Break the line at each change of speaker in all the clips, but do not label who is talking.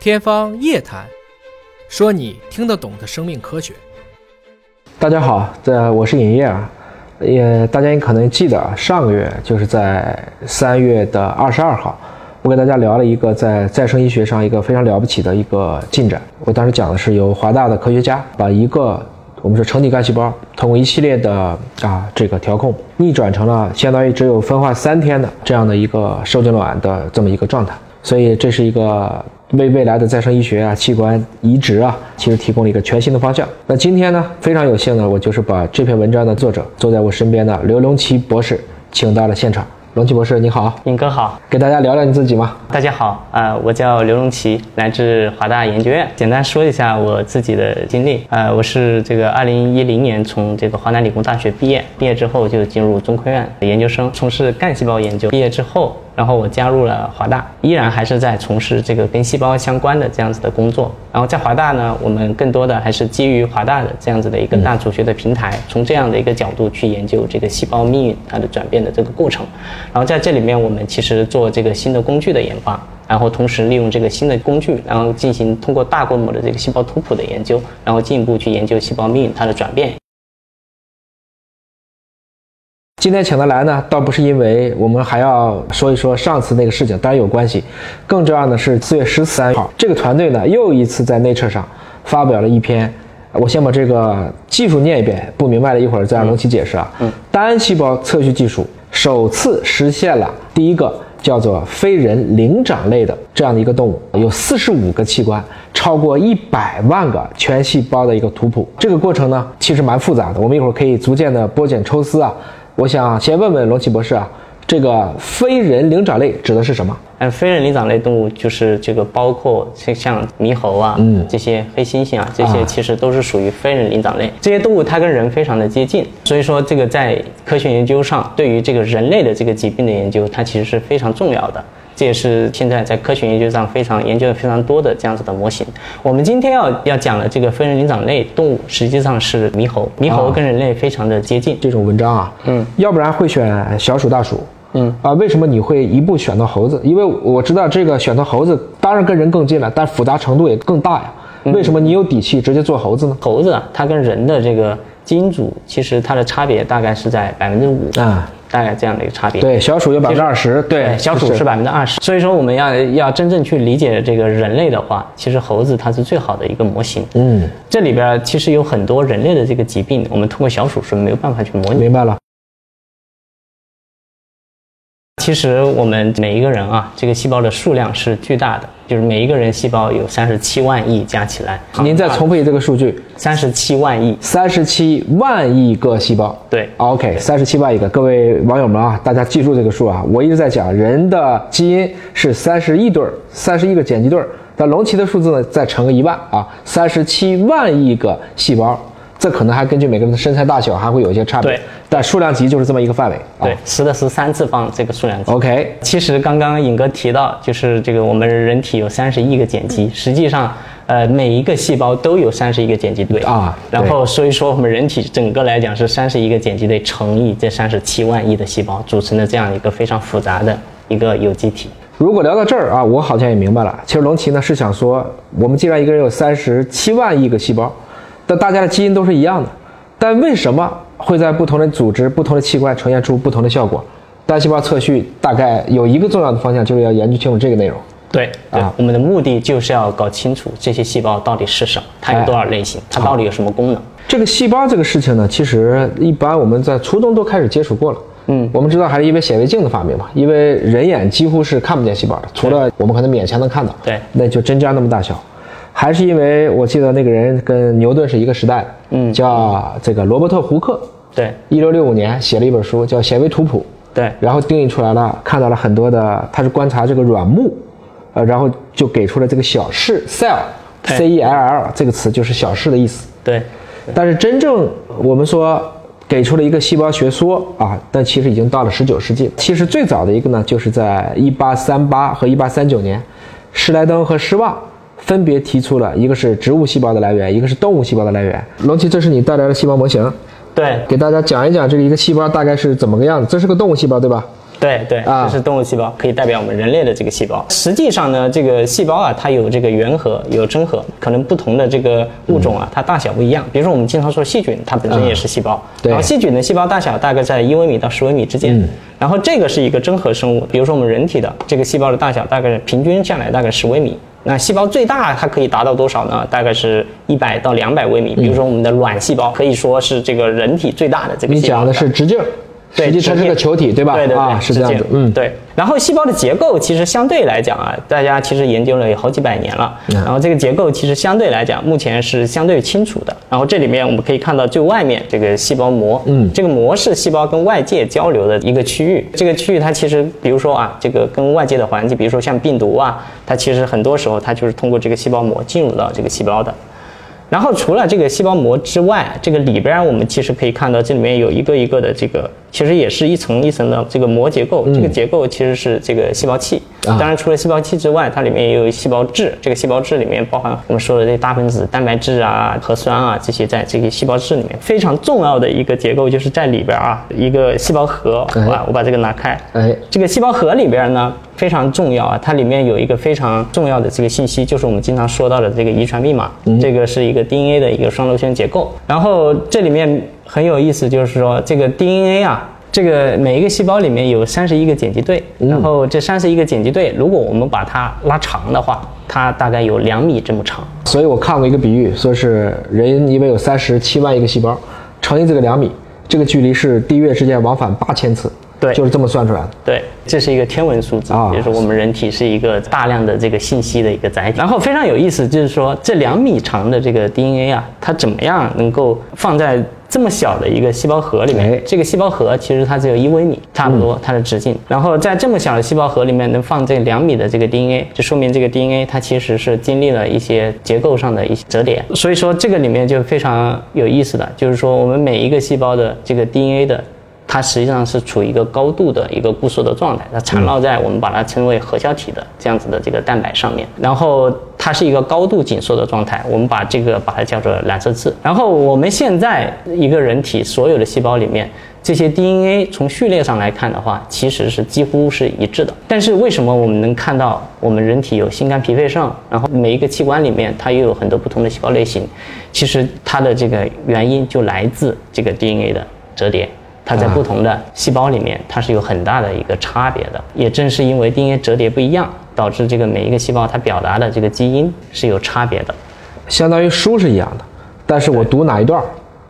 天方夜谭，说你听得懂的生命科学。
大家好，这我是尹烨啊，也大家也可能记得啊，上个月就是在三月的二十二号，我给大家聊了一个在再生医学上一个非常了不起的一个进展。我当时讲的是由华大的科学家把一个我们说成体干细胞通过一系列的啊这个调控逆转成了相当于只有分化三天的这样的一个受精卵的这么一个状态，所以这是一个为未来的再生医学啊、器官移植啊，其实提供了一个全新的方向。那今天呢，非常有幸呢，我就是把这篇文章的作者坐在我身边的刘龙奇博士请到了现场。龙奇博士，你好，
尹哥好，
给大家聊聊你自己吗？
大家好，呃，我叫刘荣奇，来自华大研究院。简单说一下我自己的经历，呃，我是这个二零一零年从这个华南理工大学毕业，毕业之后就进入中科院研究生，从事干细胞研究。毕业之后，然后我加入了华大，依然还是在从事这个跟细胞相关的这样子的工作。然后在华大呢，我们更多的还是基于华大的这样子的一个大组学的平台，从这样的一个角度去研究这个细胞命运它的转变的这个过程。然后在这里面，我们其实做这个新的工具的研发，然后同时利用这个新的工具，然后进行通过大规模的这个细胞图谱的研究，然后进一步去研究细胞命运它的转变。
今天请他来呢，倒不是因为我们还要说一说上次那个事情，当然有关系，更重要的是四月十三号，这个团队呢又一次在 Nature 上发表了一篇，呃我先把这个技术念一遍，不明白的一会儿再让龙奇解释啊。嗯，单细胞测序技术首次实现了第一个叫做非人灵长类的这样的一个动物，有四十五个器官，超过一百万个全细胞的一个图谱。这个过程呢其实蛮复杂的，我们一会儿可以逐渐的剥茧抽丝啊。我想先问问龙奇博士啊，这个非人灵长类指的是什么？
而哎非人灵长类动物就是这个包括像像猕猴啊，嗯，这些黑猩猩啊，这些其实都是属于非人灵长类。这些动物它跟人非常的接近，所以说这个在科学研究上，对于这个人类的这个疾病的研究，它其实是非常重要的。这也是现在在科学研究上非常研究的非常多的这样子的模型。我们今天要要讲的这个非人灵长类动物，实际上是猕猴。猕猴跟人类非常的接近，
这种文章啊，嗯，要不然会选小鼠、大鼠，嗯啊，为什么你会一步选到猴子？因为我知道这个选到猴子，当然跟人更近了，但复杂程度也更大呀。为什么你有底气直接做猴子呢？
猴子啊，它跟人的这个基因组，其实它的差别大概是在百分之五
啊，
大概这样的一个差别。
对，小鼠有百分之二十，对，
小鼠
就是
百分之二十。所以说，我们要要真正去理解这个人类的话，其实猴子它是最好的一个模型。
嗯，
这里边其实有很多人类的这个疾病，我们通过小鼠是没有办法去模拟的。
明白了。
其实我们每一个人啊，这个细胞的数量是巨大的，就是每一个人细胞有三十七万亿加起来。啊
您再重复一这个数据，
三十七万亿，
三十七万亿个细胞。
对，
OK，三十七万亿个，各位网友们啊，大家记住这个数啊！我一直在讲，人的基因是三十亿对儿，三十亿个碱基对儿，但龙奇的数字呢，再乘个一万啊，三十七万亿个细胞，这可能还根据每个人的身材大小还会有一些差别
对，
但数量级就是这么一个范围啊
对。，十的十三次方这个数量级。
OK，
其实刚刚尹哥提到，就是这个我们人体有三十亿个碱基，实际上，呃，每一个细胞都有三十亿个碱基对
啊对
然后所以说我们人体整个来讲是三十亿个碱基对乘以这三十七万亿的细胞组成的这样一个非常复杂的一个有机体。
如果聊到这儿啊，我好像也明白了。其实龙奇呢是想说，我们既然一个人有三十七万亿个细胞，但大家的基因都是一样的，但为什么会在不同的组织、不同的器官呈现出不同的效果？单细胞测序大概有一个重要的方向，就是要研究清楚这个内容。
对对、
啊
我们的目的就是要搞清楚这些细胞到底是什么，它有多少类型，它到底有什么功能。
这个细胞这个事情呢，其实一般我们在初中都开始接触过了。嗯，我们知道还是因为显微镜的发明嘛，因为人眼几乎是看不见细胞的，除了我们可能勉强能看到，
对
那就针尖那么大小。还是因为我记得那个人跟牛顿是一个时代的，嗯，叫这个罗伯特·胡克，
对
一六六五年写了一本书叫《显微图谱》，
对
然后定义出来了，看到了很多的，他是观察这个软木，呃，然后就给出了这个小室 cell，C E L L 这个词就是小室的意思。
对
但是真正我们说给出了一个细胞学说啊，但其实已经到了十九世纪了。其实最早的一个呢，就是在一八三八和一八三九年，施莱登和施旺分别提出了一个是植物细胞的来源，一个是动物细胞的来源。龙奇，这是你带来的细胞模型，
对
给大家讲一讲这个一个细胞大概是怎么个样子。这是个动物细胞对吧？
对对，
啊
这是动物细胞，可以代表我们人类的这个细胞。实际上呢，这个细胞啊，它有这个原核，有真核，可能不同的这个物种啊，它大小不一样。比如说我们经常说细菌，它本身也是细胞，
嗯对嗯
然后细菌的细胞大小大概在一微米到十微米之间。然后这个是一个真核生物，比如说我们人体的这个细胞的大小大概平均下来大概十微米。那细胞最大它可以达到多少呢？大概是一百到两百微米。比如说我们的卵细胞可以说是这个人体最大的这个
你
细胞。
讲的是直径，
对
实际它
直
是
径
个球体，对吧？
对对对
啊，是这样子
直，径
嗯，
对。然后细胞的结构其实相对来讲啊，大家其实研究了有好几百年了。
嗯
然后这个结构其实相对来讲，目前是相对清楚的。然后这里面我们可以看到最外面这个细胞膜，嗯，这个膜是细胞跟外界交流的一个区域。这个区域它其实，比如说啊，这个跟外界的环境，比如说像病毒啊，它其实很多时候它就是通过这个细胞膜进入到这个细胞的。然后除了这个细胞膜之外，这个里边儿我们其实可以看到，这里面有一个一个的这个，其实也是一层一层的这个膜结构。这个结构其实是这个细胞器。
啊
当然，除了细胞器之外，它里面也有细胞质。这个细胞质里面包含我们说的这大分子蛋白质啊、核酸啊这些，在这个细胞质里面非常重要的一个结构，就是在里边儿啊一个细胞核。
哎
哇，我把这个拿开。
哎，
这个细胞核里边呢非常重要啊，它里面有一个非常重要的这个信息，就是我们经常说到的这个遗传密码，这个是一个 DNA 的一个双螺旋结构。然后这里面很有意思，就是说这个 DNA 啊。这个每一个细胞里面有三十一个碱基对，然后这三十一个碱基对，如果我们把它拉长的话，它大概有两米这么长。
所以我看过一个比喻，说是人因为有三十七万亿个细胞，乘以这个两米，这个距离是地月之间往返八千次，
对
就是这么算出来的。
对，这是一个天文数字，
啊
也就是我们人体是一个大量的这个信息的一个载体。然后非常有意思，就是说这两米长的这个 DNA 啊，它怎么样能够放在这么小的一个细胞核里面？
哎嗯
这个细胞核其实它只有一微米，差不多它的直径。然后在这么小的细胞核里面能放这两米的这个 DNA，就说明这个 DNA 它其实是经历了一些结构上的一些折叠。所以说这个里面就非常有意思的，就是说我们每一个细胞的这个 DNA 的。它实际上是处于一个高度的一个固缩的状态，它缠绕在我们把它称为核小体的这样子的这个蛋白上面，然后它是一个高度紧缩的状态，我们把这个把它叫做染色质。然后我们现在一个人体所有的细胞里面，这些 DNA 从序列上来看的话，其实是几乎是一致的。但是为什么我们能看到我们人体有心肝脾肺肾，然后每一个器官里面它又有很多不同的细胞类型？其实它的这个原因就来自这个 DNA 的折叠。它
嗯
在不同的细胞里面，它是有很大的一个差别的。也正是因为 DNA 折叠不一样，导致这个每一个细胞它表达的这个基因是有差别的。
相当于书是一样的，但是我读哪一段，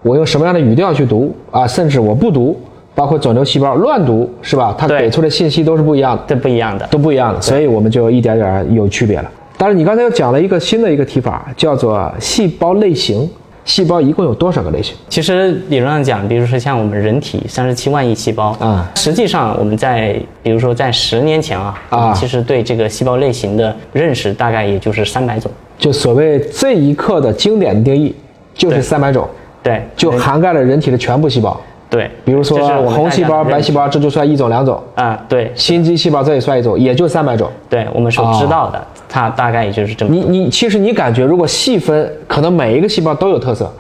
我用什么样的语调去读啊，甚至我不读，包括肿瘤细胞乱读，是吧？它
对
给出的信息都是不一样的，
这不一样的。
都不一样的，所以我们就一点点儿有区别了。但是你刚才又讲了一个新的一个提法，叫做细胞类型。细胞一共有多少个类型？
其实理论上讲，比如说像我们人体三十七万亿细胞
啊
实际上我们在比如说在十年前啊，
啊
我们其实对这个细胞类型的认识大概也就是三百种。
就所谓这一刻的经典定义，就是
对
三百种，
对，
就涵盖了人体的全部细胞。
对，
比如说
这是我们
红细胞、
大家的认
白细胞，这就算一种、两种；
啊，对，
心肌细胞这也算一种，也就三百种。
对我们所知道的，它大概也就是这么
哦你
多。
你其实你感觉，如果细分，可能每一个细胞都有特色，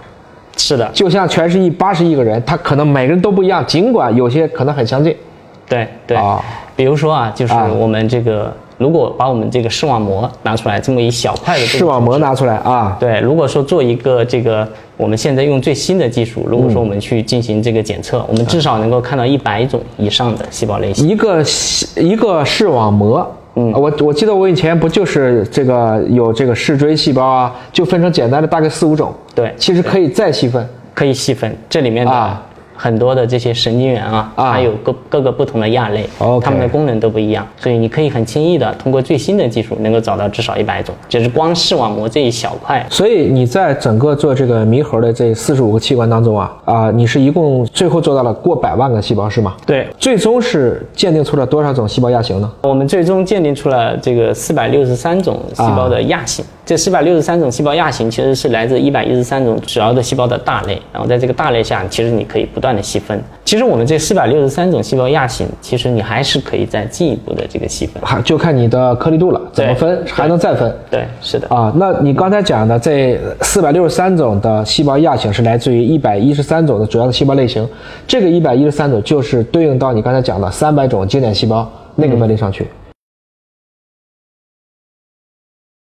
是的，
就像全世界八十亿个人，他可能每个人都不一样，尽管有些可能很相近。
对对、
啊
比如说啊，就是
啊
我们这个，如果把我们这个视网膜拿出来这么一小块的这
视
个
网膜拿出来啊，
对，如果说做一个这个，我们现在用最新的技术，如
嗯
果说我们去进行这个检测，我们至少能够看到一百种以上的细胞类型。
一个细一个视网膜。嗯，我我记得我以前不就是这个有这个视锥细胞啊，就分成简单的大概四五种。
对
其实可以再细分。
可以细分这里面的
啊
很多的这些神经元啊，
啊
它有各各个不同的亚类，
OK
它们的功能都不一样，所以你可以很轻易的通过最新的技术能够找到至少一百种，就是光视网膜这一小块
所以你在整个做这个猕猴的这四十五个器官当中啊啊、你是一共最后做到了过百万个细胞是吗？
对，
最终是鉴定出了多少种细胞亚型呢？
我们最终鉴定出了这个四百六十三种细胞的亚型。这四百六十三种细胞亚型其实是来自一百一十三种主要的细胞的大类，然后在这个大类下，其实你可以不断的细分。其实我们这四百六十三种细胞亚型，其实你还是可以再进一步的这个细分。
还就看你的颗粒度了，怎么分，还能再分。
对，是的，
啊，那你刚才讲的这四百六十三种的细胞亚型是来自于一百一十三种的主要的细胞类型，这个一百一十三种就是对应到你刚才讲的三百种经典细胞那个分类上去。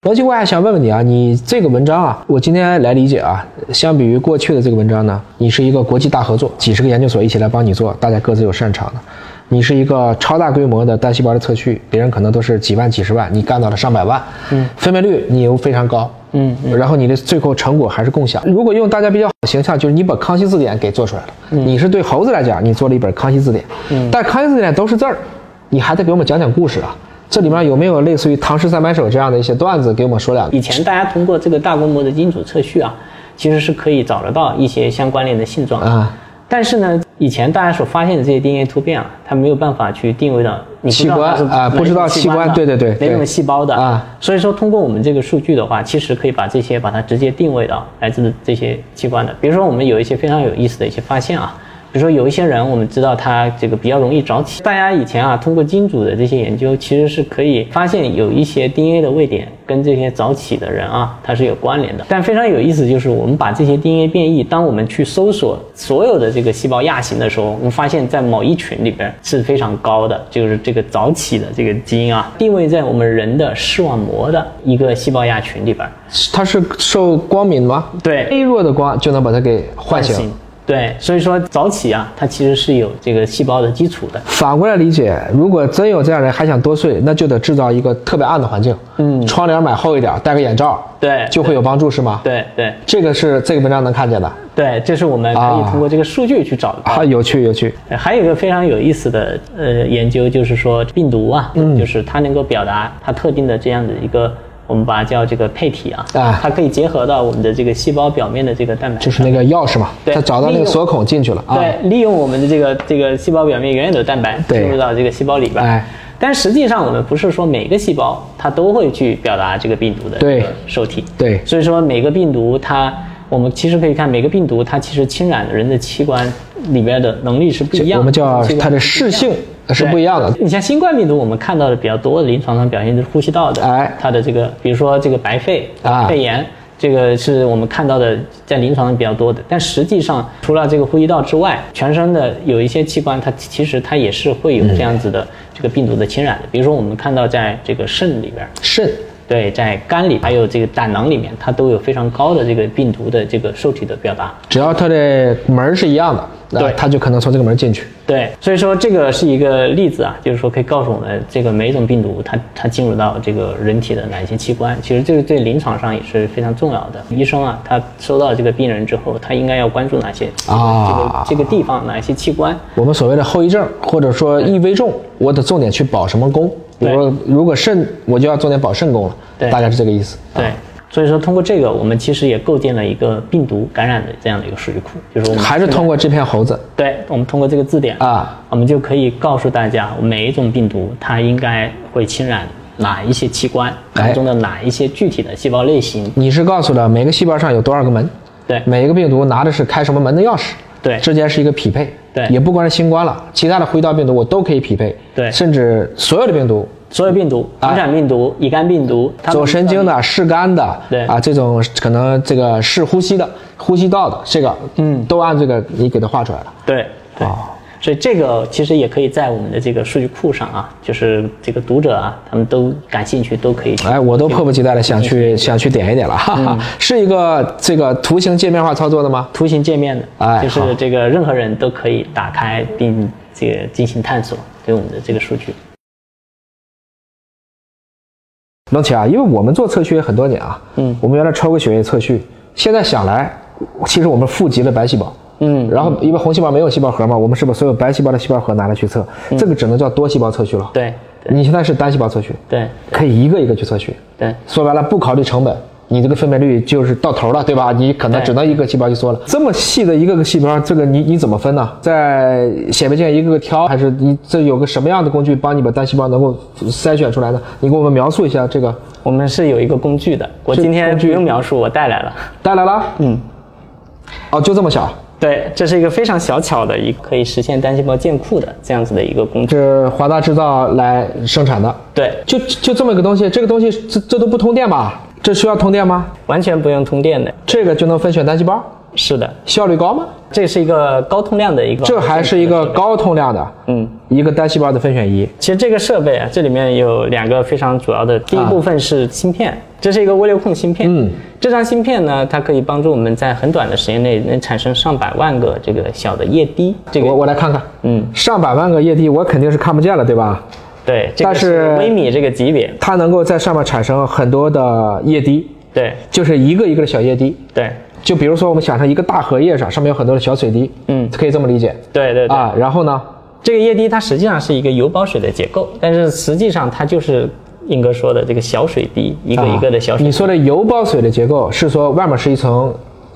逻辑，我还想问问你啊，你这个文章啊，我今天来理解啊，相比于过去的这个文章呢，你是一个国际大合作，几十个研究所一起来帮你做，大家各自有擅长的。你是一个超大规模的单细胞的测序，别人可能都是几万、几十万，你干到了上百万，嗯，分辨率你又非常高，
嗯，
然后你的最后成果还是共享。如果用大家比较好的形象，就是你把康熙字典给做出来了，你是对猴子来讲，你做了一本康熙字典，嗯，但康熙字典都是字儿，你还得给我们讲讲故事啊。这里面有没有类似于《唐诗三百首》这样的一些段子给我们说两句？
以前大家通过这个大规模的基因组测序啊，其实是可以找得到一些相关联的性状
啊。
但是呢，以前大家所发现的这些 DNA 突变啊，它没有办法去定位到你不知道它是
器官啊
哪种
不知道器官
的
对对对对
哪种细胞的
啊。
所以说，通过我们这个数据的话，其实可以把这些把它直接定位到来自这些器官的。比如说，我们有一些非常有意思的一些发现啊。比如说，有一些人我们知道他这个比较容易早起。大家以前啊，通过基因组的这些研究，其实是可以发现有一些 DNA 的位点跟这些早起的人啊，它是有关联的。但非常有意思就是，我们把这些 DNA 变异，当我们去搜索所有的这个细胞亚型的时候，我们发现在某一群里边是非常高的，就是这个早起的这个基因啊，定位在我们人的视网膜的一个细胞亚群里边。
它是受光敏吗？
对，
微弱的光就能把它给唤醒。
对，所以说早起啊，它其实是有这个细胞的基础的。
反过来理解，如果真有这样人还想多睡，那就得制造一个特别暗的环境，嗯，窗帘买厚一点，戴个眼罩，
对
就会有帮助，是吗？，
对啊对
这个是这个文章能看见的，
对，这是我们可以通过这个数据去找到的。
啊，有趣有趣，
呃还有一个非常有意思的呃研究，就是说病毒啊，
嗯
就是它能够表达它特定的这样的一个，我们把它叫这个配体啊，
啊
它可以结合到我们的这个细胞表面的这个蛋白，
就是那个钥匙嘛，
对
他找到那
利
个
用
锁孔进去了啊，
对，利用我们的这个这个细胞表面原有的蛋白
对
进入到这个细胞里边。
哎
但实际上我们不是说每个细胞它都会去表达这个病毒的
对
这个受体。
对
所以说每个病毒它，我们其实可以看每个病毒它其实侵染人的器官里边的能力是不一样的。
我们叫
器官
它的
是不
适
一样
性是不一样的，
对你像新冠病毒，我们看到的比较多的临床上表现就是呼吸道的，
哎
它的这个，比如说这个白肺、
啊
肺炎，这个是我们看到的在临床上比较多的。但实际上，除了这个呼吸道之外，全身的有一些器官，它其实它也是会有
嗯
这样子的这个病毒的侵染的。比如说，我们看到在这个肾里边儿，
肾
对，在肝里，还有这个胆囊里面，它都有非常高的这个病毒的这个受体的表达。
只要它的门儿是一样的，那
对
它就可能从这个门进去。
对，所以说这个是一个例子啊，就是说可以告诉我们，这个每一种病毒它它进入到这个人体的哪一些器官，其实这个对临床上也是非常重要的。医生啊，他收到这个病人之后，他应该要关注哪些
啊
这个这个地方哪一些器官？
我们所谓的后遗症，或者说易危重，我得重点去保什么功？比如说，如果肾，我就要重点保肾功了，
对
大概是这个意思。
对，所以说通过这个，我们其实也构建了一个病毒感染的这样的一个数据库，就是我们
还是通过这片猴子
对，我们通过这个字典
啊，
我们就可以告诉大家，每一种病毒它应该会侵染哪一些器官，
哎
当中的哪一些具体的细胞类型。
你是告诉了每个细胞上有多少个门，
对
每一个病毒拿的是开什么门的钥匙，
对
之间是一个匹配，
对
也不光是新冠了，其他的呼吸道病毒我都可以匹配，
对
甚至所有的病毒，
所有病毒，传染病毒、乙肝病毒，它们
走神经的、视杆的，
对
啊，这种可能这个视呼吸的、呼吸道的，这个嗯，都按这个你给它画出来了。啊
对对、所以这个其实也可以在我们的这个数据库上啊，就是这个读者啊，他们都感兴趣都可以去。
哎，我都迫不及待的想去
嗯
想去点一点了，哈哈， 是一个这个图形界面化操作的吗？
图形界面的，
哎
就
好
是这个任何人都可以打开并这个进行探索对我们的这个数据。
冷启啊，因为我们做测序也很多年啊，
嗯，
我们原来抽过血液测序，现在想来，其实我们富集了白细胞，
嗯，
然后因为红细胞没有细胞核嘛，我们是把所有白细胞的细胞核拿来去测，这个只能叫多细胞测序了。，
嗯对对
你现在是单细胞测序，
对
可以一个一个去测序，
对
说白了不考虑成本，你这个分辨率就是到头了，对吧？你可能
对
只能一个细胞去做了。这么细的一个个细胞，这个你你怎么分呢？在显微镜一个个挑，还是你这有个什么样的工具帮你把单细胞能够筛选出来呢？你给我们描述一下这个。
我们是有一个工具的，我
这
今天
工
不
具
用描述，我带来了。
带来了，
嗯，
哦，就这么小，
对，这是一个非常小巧的一个可以实现单细胞建库的这样子的一个工具。
这是华大制造来生产的，
对，
就就这么一个东西，这个东西这这都不通电吧？这需要通电吗？
完全不用通电的。
这个就能分选单细胞，
是的，
效率高吗？
这是一个高通量的一个，
这还是一个高通量的，
嗯。
一个单细胞的分选仪。
其实这个设备啊，这里面有两个非常主要的，第一部分是芯片，这是一个涡流控芯片。
嗯，
这张芯片呢，它可以帮助我们在很短的时间内能产生上百万个这个小的液滴。这
我
个，
我来看看，
嗯，
上百万个液体我肯定是看不见了，对吧？
对，这
但
个
是
是微米这个级别。
它能够在上面产生很多的液滴，
对
就是一个一个的小液滴。
对
就比如说我们想象一个大荷叶上，上面有很多的小水滴，
嗯
可以这么理解
对对对。
啊。然后呢，
这个液滴它实际上是一个油包水的结构，但是实际上它就是硬哥说的这个小水滴，一个一个的小
啊
水滴。
你说的油包水的结构是说外面是一层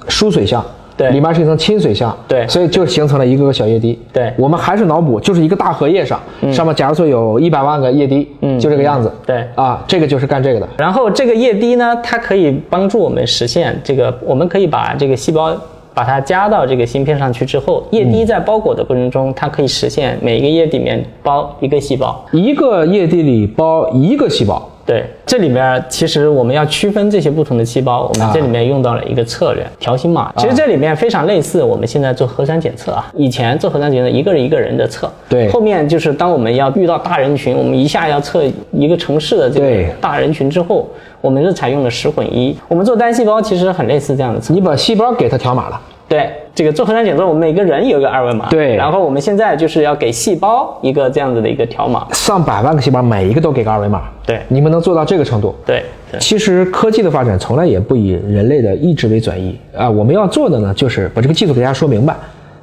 疏水相，
对
里面是一层亲水相，
对
所以就形成了一个个小液滴。
对
我们还是脑补，就是一个大荷叶上，上面假如说有一百万个液滴，
嗯
就这个样子。
对
啊，这个就是干这个的。
然后这个液滴呢，它可以帮助我们实现这个，我们可以把这个细胞把它加到这个芯片上去之后，液滴在包裹的过程中，它可以实现每一个液里面包一个细胞。
一个液滴里包一个细胞，
对，这里面其实我们要区分这些不同的细胞，我们这里面用到了一个策略——条形码。其实这里面非常类似我们现在做核酸检测啊，以前做核酸检测一个人一个人的测，
对
后面就是当我们要遇到大人群，我们一下要测一个城市的这
对
个大人群之后，我们是采用了十混一。我们做单细胞其实很类似这样的测。
你把细胞给它条码了。
对，这个做核酸检测，我们每个人有一个二维码，
对
然后我们现在就是要给细胞一个这样子的一个条码，
上百万个细胞，每一个都给个二维码。
对
你们能做到这个程度？
对对
其实科技的发展从来也不以人类的意志为转移啊，我们要做的呢，就是把这个技术给大家说明白，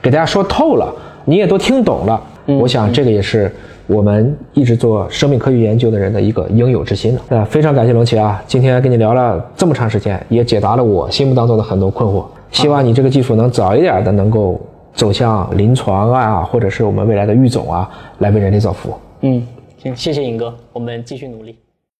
给大家说透了，你也都听懂了。我想这个也是我们一直做生命科学研究的人的一个应有之心了。啊，非常感谢龙奇啊，今天跟你聊了这么长时间，也解答了我心目当中的很多困惑。希望你这个技术能早一点的能够走向临床啊，或者是我们未来的育种啊，来为人类造福。
嗯，行，谢谢尹哥，我们继续努力。